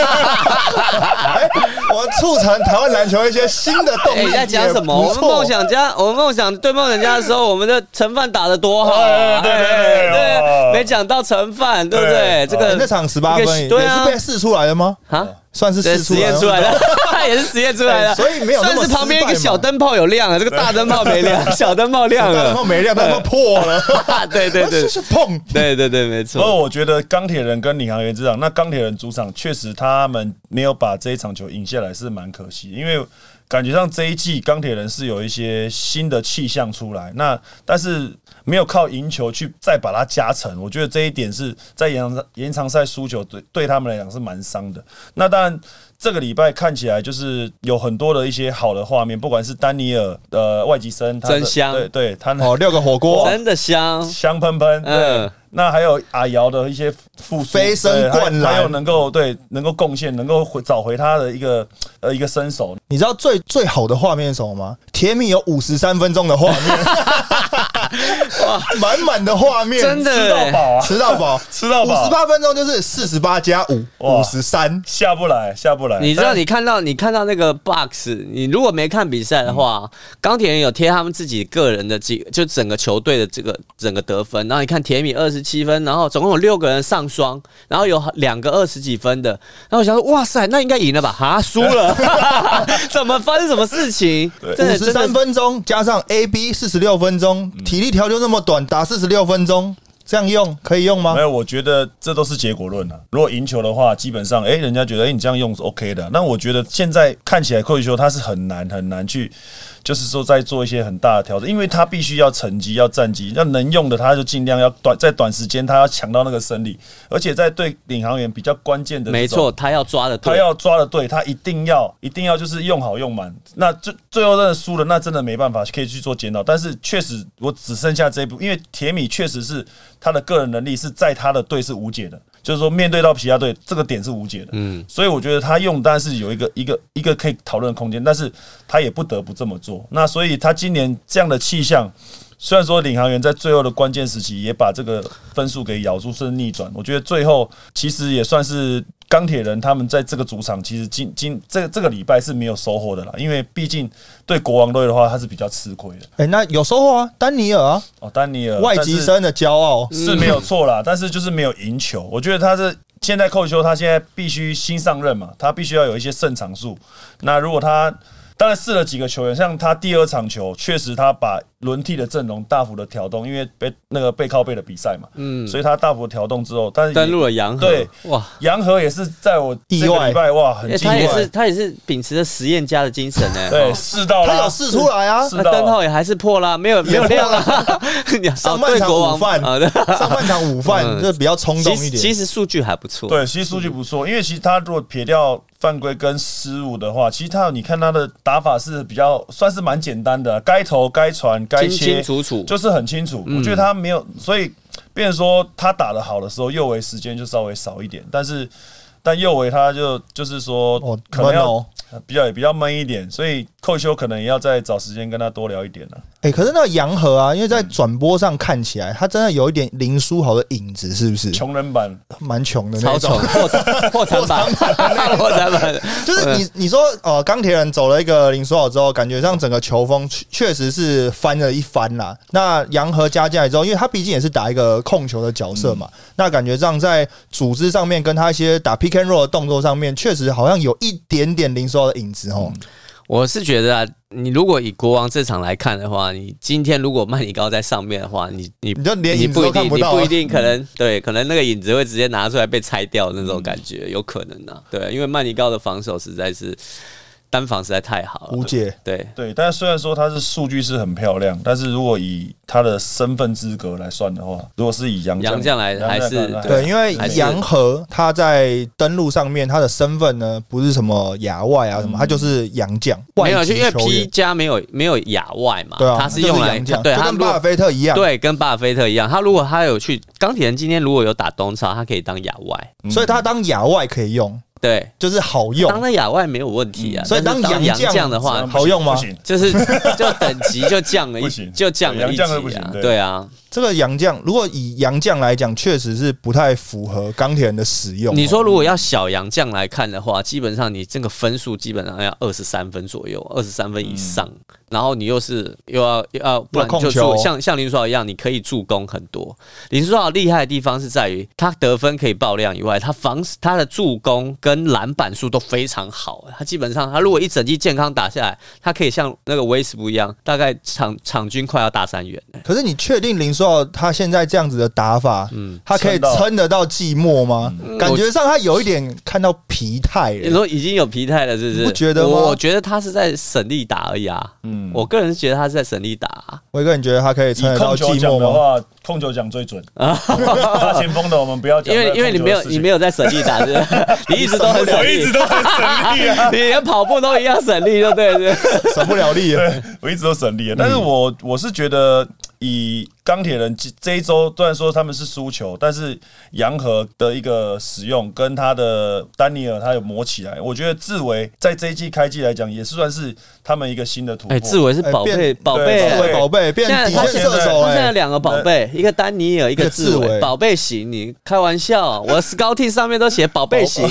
哎，我促成台湾篮球一些新的动
哎，
力。
你在讲什么？
也
我
不
们
错
梦想家， 我们梦想对梦想家的时候，我们的陈范打的多好
哎
啊！
对对对
哎
哦
对，没讲到陈范，对不
对
对？这
哎
个
那场十八
一
分
个
也
对
是
啊
被试出来的吗？
啊，
算是
这
试
实验出来
的。
的， 也是实验出来的，
哎所以没有那
算
么
是旁边一
失败
个
嘛
小灯泡有亮了，这个大灯泡 没亮，小灯 泡亮
然
了
后，没亮，但后破了。
对 对对
是是碰。
对对对，没
不
哦
过
错，
我觉得钢铁人跟领航员这场，那钢铁人主场确实他们没有把这一场球赢下来是蛮可惜，因为感觉上这一季钢铁人是有一些新的气象出来，那但是没有靠赢球去再把它加成，我觉得这一点是在延长延长赛输球对对他们来讲是蛮伤的。那当然。这个礼拜看起来就是有很多的一些好的画面，不管是丹尼尔呃外籍生，他的
真香
对对，他
哦，六个火 锅，
真的香，
香喷喷，对。
嗯
那还有阿瑶的一些复苏
飞身
对还
灌篮
还有能够对能够贡献，能够回找回他的一个呃一个身手，
你知道最最好的画面是什么吗？甜蜜有五十三分钟的画面，满满的画面，
真的
吃到饱啊，
吃到饱，
吃到
五十
饱，
八分钟就是四十八加五，
哇
五十三。
下不来下不来。
你知道
但
你看到你看到那个 box，你如果没看比赛的话，
嗯
钢铁人有贴他们自己个人的几，就整个球队的这个整个得分。然后你看铁米二十七分，然后总共有六个人上双，然后有两个二十几分的。然后我想说，哇塞，那应该赢了吧？哈，输 了，怎么发生什么事情？真
五
的
十
真
三
的。
分钟加上 A B 四十六分钟，体力条就那么短，打四十六分钟，这样用可以用吗
没？有，我觉得这都是结果论啊。如果赢球的话，基本上，哎、人家觉得，哎、你这样用是 OK 的。那我觉得现在看起来，寇宇修他是很难很难去，就是说在做一些很大的调整，因为他必须要成绩，要战绩，那能用的他就尽量要短，在短时间他要抢到那个胜利，而且在对领航员比较关键的，
没错，。他要抓的
他
对，
要抓的对，他一定要一定要就是用好用满。那最最后真的输了，那真的没办法，可以去做检讨。但是确实，我只剩下这一步，因为铁米确实是他的个人能力是在他的队是无解的，就是说面对到其他队这个点是无解的。嗯，所以我觉得他用当然是有一个一个一个可以讨论的空间，但是他也不得不这么做。那所以他今年这样的气象。虽然说领航员在最后的关键时期也把这个分数给咬住，甚至逆转，我觉得最后其实也算是钢铁人他们在这个主场其实今今这这个礼拜是没有收获的啦，因为毕竟对国王队的话他是比较吃亏的
哎、那有收获啊，丹尼尔啊，
哦，丹尼尔
外籍生的骄傲。
但是是没有错啦，但是就是没有赢球，我觉得他是。现在寇修他现在必须新上任嘛，他必须要有一些胜场数。那如果他当然试了几个球员，像他第二场球，确实他把轮替的阵容大幅的调动，因为被那个背靠背的比赛嘛，嗯，所以他大幅调动之后，但是也
登陆了洋河，
对
哇，
杨和也是在我这个
意外
礼拜哇，很
哎
惊
他也
讶
是，他也是秉持着实验家的精神呢。
对，试到
哦他
啦
有试出来啊，
是
那
到了
灯泡也还是破啦，没有没有亮啊。 你
上
哦
半
对
场
国
午
王
饭，
好的，
上半场午饭
嗯
就比较冲动
其
一
实
点。
其实数据还不错。
对，其实数据不错，因为其实他如果撇掉犯规跟失误的话，其实他你看他的打法是比较算是蛮简单的，啊该投该传该
清清，
切
楚嗯楚，
就是很清楚。我觉得他没有，所以变成说他打得好的时候，右维时间就稍微少一点，但是但右维他就就是说
哦
可能
闷
要
哦
比较也比较闷一点，所以寇修可能也要再找时间跟他多聊一点了。啊
哎、可是那个洋河啊，因为在转播上看起来，他真的有一点林书豪的影子，是不是？
穷人版
蛮穷的那
超丑
种。
破产破产版， 破产版
就是你你说呃，钢铁人走了一个林书豪之后，感觉上整个球风确确实是翻了一番啦。那洋河加进来之后，因为他毕竟也是打一个控球的角色嘛，那感觉上在组织上面跟他一些打 pick and roll 的动作上面，确实好像有一点点林书豪的影子哦。
我是觉得啊，你如果以国王这场来看的话，你今天如果曼尼高在上面的话，你你
你就连
你
影子
不一
都看
定，
不
你
到
不
啊
一。定可能对，可能那个影子会直接拿出来被拆掉那
嗯
种感觉，有可能啊。对，因为曼尼高的防守实在是单防实在太好了，
无解。
对，
对，但是虽然说他是数据是很漂亮，但是如果以他的身份资格来算的话，如果是以杨
杨将来还是
对，因为
哎还是
杨和他在登陆上面，他的身份呢不是什么亚外啊什么，他就是洋将，
嗯没有，
外籍
就因为
球
P
员
加没有没有亚外嘛，
对啊，
他
就是
用来
洋将，
对
就
他
跟
如
巴
果
尔菲特一样。
对，跟巴尔菲特一样，他如果他有去钢铁人今天如果有打东超，他可以当亚外，
嗯
嗯
所以他当亚外可以用，
对，
就是好
当
用。
了亚外没有问题啊。
嗯所以
但是
当
当
洋将
将的话，
好用吗
嗯不行，
就是就等级就降了一
不行
就降了
对
一
洋将都不
级
行
啊，
对
对啊。
这个洋将，如果以洋将来讲，确实是不太符合钢铁人的使用哦。
你说如果要小洋将来看的话，基本上你这个分数基本上要二十三分左右，二十三分以上，然后你又是又要又要不
嗯
然
控
就
球
助像像林书豪一样，你可以助攻很多。林书豪厉害的地方是在于他得分可以爆量以外，他防他的助攻跟篮板数都非常好。啊他基本上他如果一整季健康打下来，他可以像那个威斯布一样，大概场场均快要大三元。
可是你确定林书豪他现在这样子的打法，
嗯
他可以
撑到
撑得到季末吗？感觉上他有一点看到疲态
你
了。
说已经有疲态了，是不是？
你不觉得吗
我我觉得他是在省力打而已啊。
嗯
我个人是觉得他是在省力打、啊。
威哥，你觉得他可以
以
撑得到
控
季末
球讲 的
吗？
话，控球讲最 准。大前锋的我们不要讲，
因为因为你没有你没
有，
有在省力打，是不是？你一直都很省
我一直
力，
都 很省力啊。
你连跑步都一样省力，就对了。是不是
省不了力了。
我一直都省力，
嗯
但是我我是觉得以钢铁人这这一周，虽然说他们是输球，但是杨和的一个使用跟他的丹尼尔他有磨起来，我觉得志伟在这一季开季来讲也是算是他们一个新的突 破。
哎，志伟是
哎
宝贝，
变
宝贝
对
作
啊。
为宝贝变
现在
底
他
线
现
射
在
手
他现在有
哎、
两个宝贝，一个丹尼尔，一个
一个
志
志伟
伟。宝贝型，你开玩笑？我 scouting 上面都写宝贝型，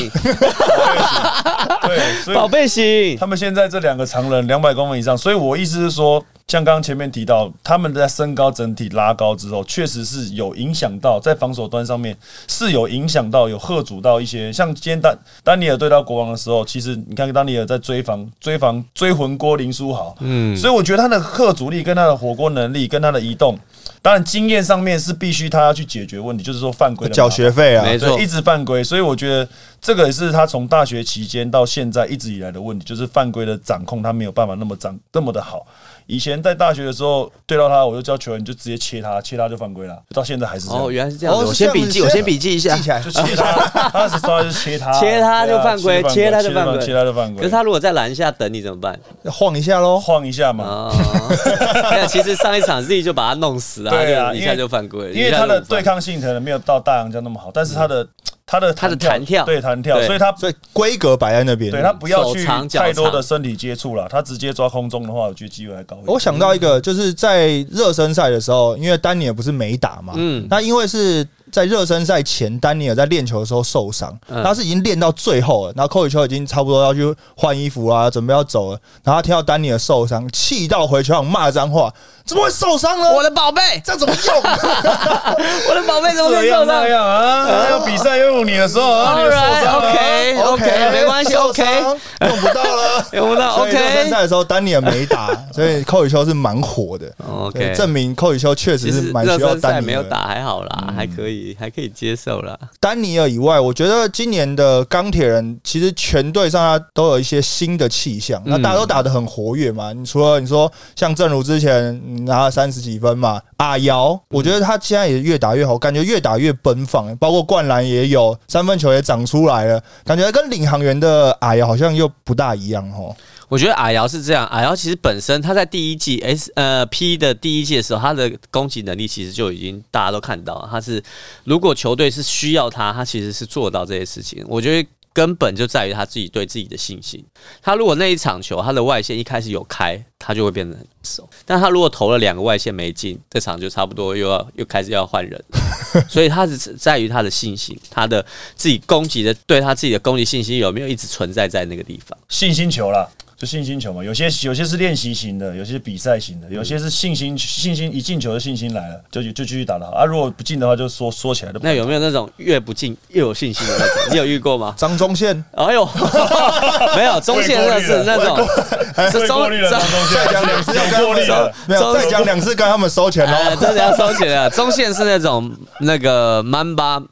对，所以
宝贝型。
他们现在这两个常人两百公分以上，所以我意思是说，像刚刚前面提到，他们在身高整体拉高之后，确实是有影响到在防守端上面是有影响到，有吓阻到一些。像今天丹丹尼尔对到国王的时候，其实你看丹尼尔在追防、追防、追魂锅林书豪，嗯，所以我觉得他的吓阻力、跟他的火锅能力、跟他的移动，当然经验上面是必须他要去解决问题，就是说犯规的麻烦
缴学费啊
没，错
对，一直犯规，所以我觉得这个也是他从大学期间到现在一直以来的问题，就是犯规的掌控他没有办法那么掌那么的好。以前在大学的时候对到他，我就叫球员就直接切他，切他就犯规了，到现在还是这样。
哦，原来是这样子。
哦
我
是这
先
样子
笔记，我先笔记一下
记。起来
就。切他，他是抓就 切他，
切他就犯规
对啊
切他就
切他
犯规
切他就犯规。
可是他如果在篮下等你怎么办？
晃一下喽。
晃一下嘛，
啊， 没有其实上一场 Z 就把他弄死啊，
对啊
就一
因
下
为
就犯规，
因为
一下
他
就
的
五分
对抗性可能没有到大洋江那么好，但是他的他的
嗯他的弹跳
对弹跳，
对
所以他
所以规格摆在那边。
对他不要
手
去
长脚
太多
长
的身体接触了，他直接抓空中的话，我觉得机会还高一点。
我想到一个，就是在热身赛的时候，因为丹尼尔不是没打嘛，
嗯
那因为是在热身赛前，丹尼尔在练球的时候受伤，
嗯
他是已经练到最后了，然后寇宇秋已经差不多要去换衣服啊，准备要走了，然后他听到丹尼尔受伤，气到回球场骂脏话，怎么会受伤呢？
我的宝贝，
这样怎么 用？
我的宝贝怎么可
这
以
样
受
那
伤
样啊，要比赛用你的时 候啊，你受伤了。
OK 哎 OK，没关系
受
OK，
伤用不到了。
用不到
所以热身
OK
赛的时候，丹尼尔没 打，所以寇宇秋是蛮火的。对
哦 OK，
证明寇宇秋确
其
实
实
是蛮
热
需要
身赛
丹尼
没有
尔。
打还好啦，还可以还可以接受啦。
丹尼尔以外，我觉得今年的钢铁人其实全队上下都有一些新的气象，
嗯
那大家都打得很活跃嘛。你除了你说像正如之前你拿了三十几分嘛，阿
嗯
瑶，我觉得他现在也越打越好，感觉越打越奔放，包括灌篮也有，三分球也长出来了，感觉跟领航员的阿瑶好像又不大一样哦。
我觉得阿瑶是这样，阿瑶其实本身他在第一季 S 呃 P 的第一季的时候，他的攻击能力其实就已经大家都看到了，他是如果球队是需要他，他其实是做到这些事情。我觉得。根本就在于他自己对自己的信心。他如果那一场球他的外线一开始有开，他就会变得很熟。但他如果投了两个外线没进，这场就差不多又要又开始要换人。所以他只是在于他的信心，他的自己攻击的对他自己的攻击信心有没有一直存在在那个地方。
信心球啦，就信心球嘛。有些有些是练习型的，有些是比赛型
嗯
的，有些是信心信心一进球的信心来了，就就继续打得好啊。如果不进的话，就缩缩起来的。
那有没有那种越不进越有信心的那种？你有遇过吗？
张忠宪
哎呦， 没有中线那是那种，
是过 滤了当中，
再讲两次要跟他
过
们
滤
收
了，，
没有
张
再讲两次跟他们收钱哦
呃，
喽。
真的要收起来了。中线是那种那个 Mamba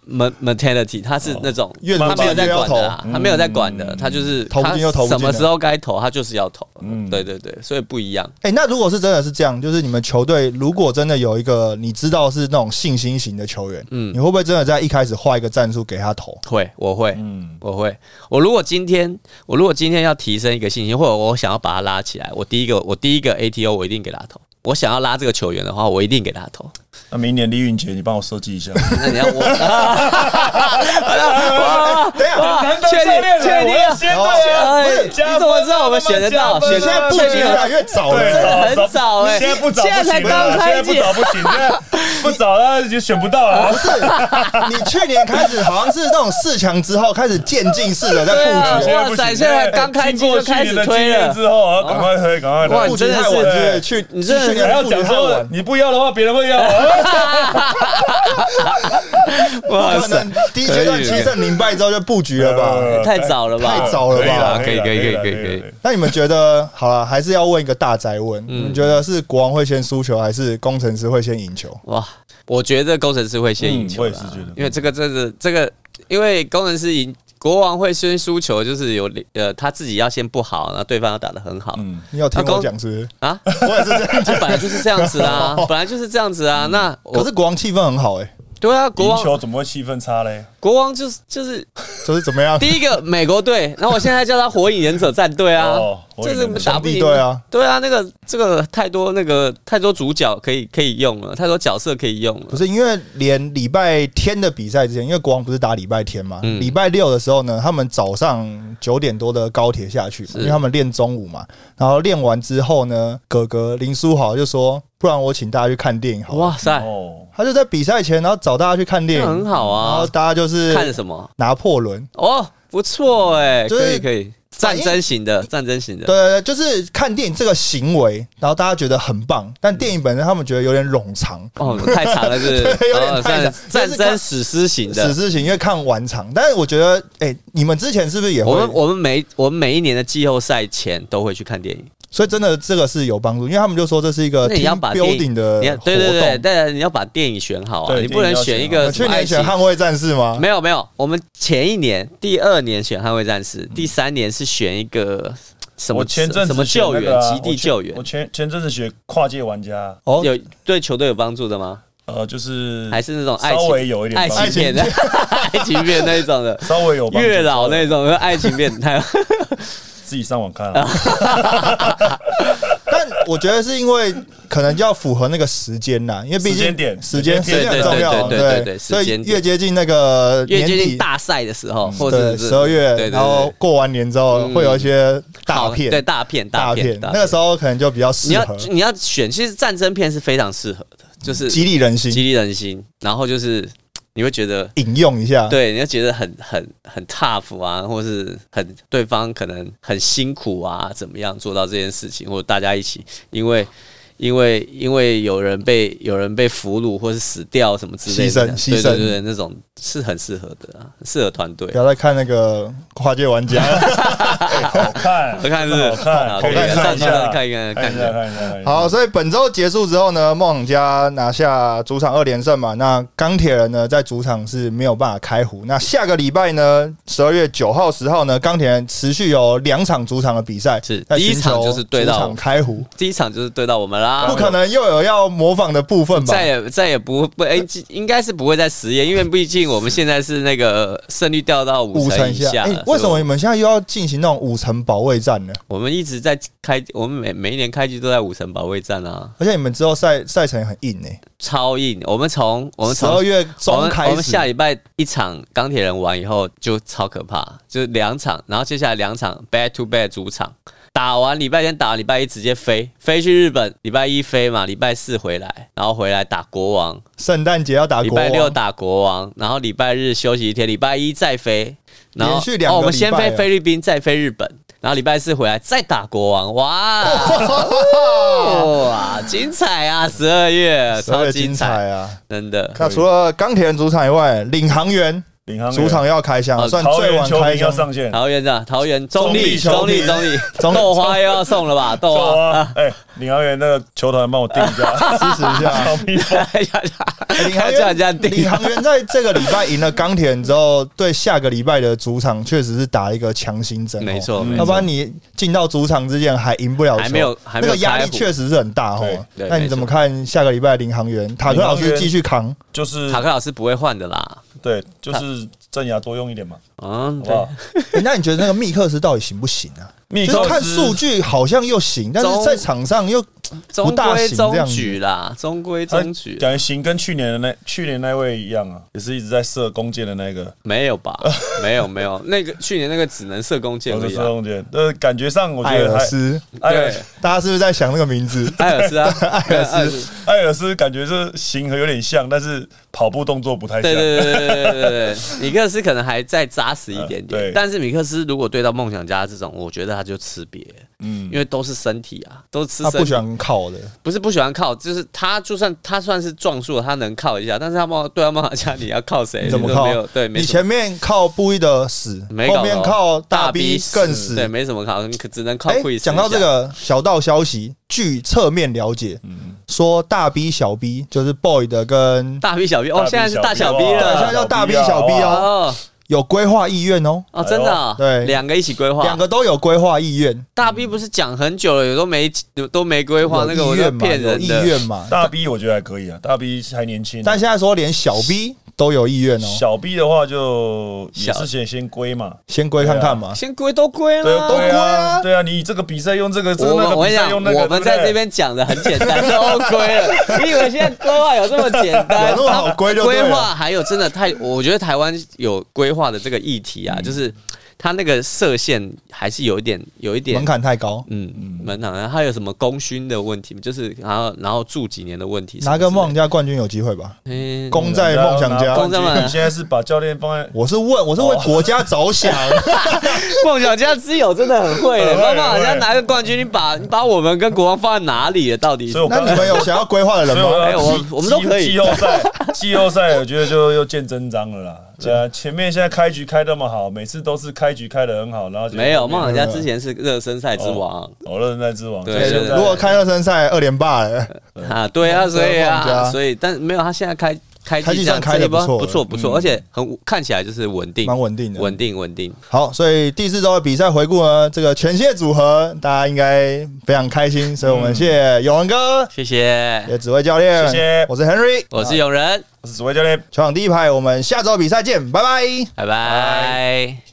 mentality，他是那种
哦越
他没有在管的啊
越，
他没有在管的，他就是
嗯投不进就投不进
他
啊
什么时候该投他就是要投。
嗯
对对对，所以不一样。
哎、那如果是真的是这样，就是你们球队如果真的有一个你知道是那种信心型的球员，嗯，你会不会真的在一开始画一个战术给他投？
会，我会，
嗯，
我会。我如果今天，我如果今天要提升一个信心，或者我想要把他拉起来，我第一个，我第一个 ATO 我一定给他投。我想要拉这个球员的话，我一定给他投。
那明年李允杰，你帮我设计 一下。
那 你要我，哇
等一下
哇确定确定啊，
到
哎你怎么知道我们选得到？选
你现在
得
布
确
局
定
越来
了。
越早
对啊
了，
真的很早哎
现在不早不行
现
了，
在才刚开季
现在不早不行，现在 不早了就选不到了。
你去年开始好像是那种四强之后开始渐进式的
对
在
啊
布局，
现哎在不
哇
行
塞现在刚开机就开始推了哦
经过去年的经验之后啊，赶快推，赶快
哇你
推
哦布。局
真的
太
是
晚，
对
是去
你真的是
去
还
年
要
布局
讲
太
说
晚，
你不要的话，别人会要。啊
哇
可能第一阶段七胜零败之后就布局了
呃
吧？
太早了吧？
太早了吧
可以啦可以可以可以可以。
啦
那你们觉得好了，还是要问一个大宅
嗯
问，你们觉得是国王会先输球，还是工程师会先赢球？
哇，我觉得工程师会先赢球啦、
嗯我也是觉得
因为这个真的这个，因为工程师赢国王会先输球，就是有呃他自己要先不好，然后对方要打得很好、
嗯，
你有听
啊
我
公
讲是
啊，
不是？ 我也是这样讲。
这本来就是这样 子啊，
哦
本来就是这样子啊。那
可
我
是国王气氛很好哎、
对啊，国
赢
王
球怎么会气氛差嘞？
国王就是就是
就是怎么样？
第一个美国队，然后我现在叫他火影忍者战队啊
哦，火
这
影
是
忍者
打不赢
兄弟队啊，
对啊，那个这个太多那个太多主角可以可以用了，太多角色可以用了
不。是因为连礼拜天的比赛之前，因为国王不是打礼拜天嘛，
嗯
礼、拜六的时候呢，他们早上九点多的高铁下去嘛，
是
因为他们练中午嘛，然后练完之后呢，哥哥林书豪就说，不然我请大家去看电影好了。
哇塞，
哦，
他就在比赛前，然后找大家去看电
那
影，哦
很好
然后
啊。
大家就是
看什么？
拿破仑，
哦，不错哎、
就
可
是
以可以，
反
战
应
争型的，战争型
对对
的，
对，就是看电影这个行为，然后大家觉得很棒，但电影本身他们觉得有点冗长，
哦，太长了是不是，
对有点
哦
太长
战
但
战
是
争史诗型
史
的。
诗型，因为看完场，但是我觉得，哎、你们之前是不是也会？
我们我们每我们每一年的季后赛前都会去看电影，
所以真的这个是有帮助，因为他们就说这是一个
那你要
team
把电影
building 的
你
呃活动。
看对对对，但你要把电影选好啊，
对
你不能选一个
呃
什
去
么爱
年选
情。
捍卫战士吗？
没有没有，我们前一年、第二年选捍卫战士，第三年是选一个什么
我前阵
什
子
么救
选那
援、
个啊
极地救援
我，前前阵子学跨界玩家，
哦，
有对球队有帮助的吗？
呃，就是
还是那种爱
稍
情
微有一点
爱
帮助
情片的爱情片那一种的？
稍微有帮助
月老那种爱情变态，
自己上网看啊。
但我觉得是因为可能就要符合那个时间啦，因为毕竟
时间点
时间时
时
间
间点
很重要，啊
对对对对对对
所以
时间点
越接近那个
越
年
接近
底，
大赛的时候，或者
对
是
十二
对
月，
对对
然后过完年之后
嗯
会有一些大
好
片，
对大片
大
片，
那个时
候
候可能就比较
你
适
要
合，
你要选，其实战争片是非常适合的，就是
激励人
激
心，
励人心，然后就是你会觉得。
引用一下。
对，你会觉得很很很 tough 啊，或是很对方可能很辛苦啊，怎么样做到这件事情，或者大家一起，因为因为因为有人被有人被俘虏或是死掉什么之类的，
牺牲
对
牺
对
牲
对对，那种是很适合的啊，很适合团队
不。要再看那个跨界玩 家。
好看，哎
我看是
好看，
好
可以
看
看
上
一
去
下，
看一看
看
看
一
一
下，
下
看一下。看一下，
好，所以本周结束之后呢，梦想家拿下主场二连胜嘛。那钢铁人呢，在主场是没有办法开胡。那下个礼拜呢，十二月九号、十号呢，钢铁人持续有两场主场的比赛，
是
在
第一
寻
场
求
就是对
主
到
场开胡，
第一场就是对到我们啦，
不可能又有要模仿的部分吧
再？也再也不不哎、应该是不会再实验，因为毕竟我们现在是那个胜率掉到五
五
成
成
以
以下，
下
哎、
了，
为什么
所以
你们现在又要进行那种五成保卫战呢？
我们一直在开，我们每每一年开季都在五成保卫战啊，
而且你们之后赛赛程也很硬呢、
超硬。我们从我们
十
从
二月
我
中
们
开
我们
始
下，礼拜一场钢铁人完以后就超可怕，就是两场，然后接下来两场 back to back 主场，打完礼拜天打，礼拜一直接飞飞去日本，礼拜一飞嘛，礼拜四回来，然后回来打国王，
圣诞节要打
礼
啊国王
拜六打国王，然后礼拜日休息一天，礼拜一再飞，然后
连续两个
哦，我们
礼拜
先
啊
飞菲律宾，再飞日本，然后礼拜四回来再打国王， 哇，哇，精彩啊！十二月
十二
超
月
精
精
彩，
彩啊！
真的。
那除了钢铁人主场以外，领航员
领航员
主场要开箱，
哦
算
桃
最
园
晚
球
开
迷要
箱。
上线，
桃园的桃园中立中
中立
立中立
中立
豆花又要送了吧？豆
走
花，
啊！哎，领航员那个球团帮我定一
啊
下，
支持一下
小蜜
哎
蜂
领
还
航
要叫人家
员，
定
领航员在这个礼拜赢了钢铁人之后，对下个礼拜的主场确实是打一个强心针、哦。
没错，没
要
错
不然你进到主场之前还赢不了球，
还没有还没
那
有
个压力
开火
确实是很大哦。
对对
那你怎么看下个礼拜的领航员塔克老师继续 扛？
就是
塔克老师不会换的啦。
对，就是镇压多用一点嘛，
嗯，
好不
对，
好？
诶那你觉得那个密克斯到底行不行啊？
密
就是
克
看
斯
数据好像又行，但是
中
在场上又不
中
大
规
行这样
中
子哎
矩啦，中规
他
中矩，
感觉行跟去年的那去年那位一样啊，也是一直在射弓箭的那个，
没有吧？ 没有没有，那个去年那个只能射弓箭
我
而
是
已
射
啊。
弓箭。呃，感觉上我觉
艾
得
尔
还
斯，
艾尔
对，
哎大家是不是在想那个名字？
艾尔斯 啊，艾尔斯，
艾尔斯感觉是行和有点像，但是跑步动作不太像
对。对对对对对对，米克斯可能还再扎实一点点
呃对，
但是米克斯如果对到梦想家这种，我觉得他就吃瘪，
嗯
因为都是身体啊，都是吃
他
身
不
体
喜，欢靠的，
不是不喜欢靠，就是他就算他算是撞树，他能靠一下，但是他梦对他梦想家你要靠谁？
你怎么
就
靠
没有对，没
你
什么
前面靠布伊的死，
没搞头
后面靠大 B 更死。
对，没什么靠，只能靠
诶
会。
讲到这，个小道消息，据侧面了解，
嗯，
说大 B 小 B 就是 boy 的跟
大 B 小 B 哦，现在是大小 B
对现在
了，
哦
叫大 B 小 B 啊
哦
有规划意愿哦，
哦，真的啊，
哎呦对
两个一起规划，
两个都有规划意愿，
大 B 不是讲很久了，有都没有都没规划，那个
有
我
意
就
愿嘛，
骗
有
人
意
的。
愿嘛。
大 B 我觉得还可以啊，大 B 还年轻啊。
但现在说连小 B 都有意愿哦，
小 B 的话就
小
也是先先归嘛，
先归看看嘛。
先归都归
对
了，
啊对啊，
啊
对啊，你这个比赛用这个，这个
我
那
们
个
我跟
比
你
赛
讲，
用那个，
我们
对不对
在这边讲的很简单，都归了。你以为现在规划有这么简 单？
有那么好归就对
规
了
划还有真的太，我觉得台湾有规划的这个议题
嗯
啊，就是它那个射线还是有一点有一点
门槛太高，
嗯，门槛，然后还有什么功勋的问题，就是然后然后住几年的问题，
拿个梦，家冠军有机会吧？
嗯，
功在梦想家。
功在梦想家
你现在是把教练放在
我是问，我是为国家着想，
哦 梦想家之友真的很会的，
很会
妈妈好
很
像
会
拿个冠军，你把你把我们跟国王放在哪里了？到底是
所以 我
那你们有想要规划的人
所以
吗？
哎
要
我
季
我们都可以
季季后赛， 季后赛我觉得就又见真章了啦。
嗯
对啊，前面现在开局开那么好，每次都是开局开的很好，然后
没有梦想
有
家之前是热身赛之王
哦，热身赛之王。
对
所以现在
如果看热身赛二连霸了，
啊，对啊，所以
梦想
啊，
家
所以但没有他现在开开
开
季
季
这
上
样
开
这
得
一波不
不
错
错
不错，而且很看起来就是稳 定
蛮稳定的。
稳定稳定，
好，所以第四周的比赛回顾呢，这个全蟹组合大家应该非常开心，所以我们谢谢永文哥，
谢谢，
也指挥教练，
谢谢
我是 Henry，
我是永仁，
我是紫薇教练。
球场第一排，我们下周比赛见，拜拜。
拜拜。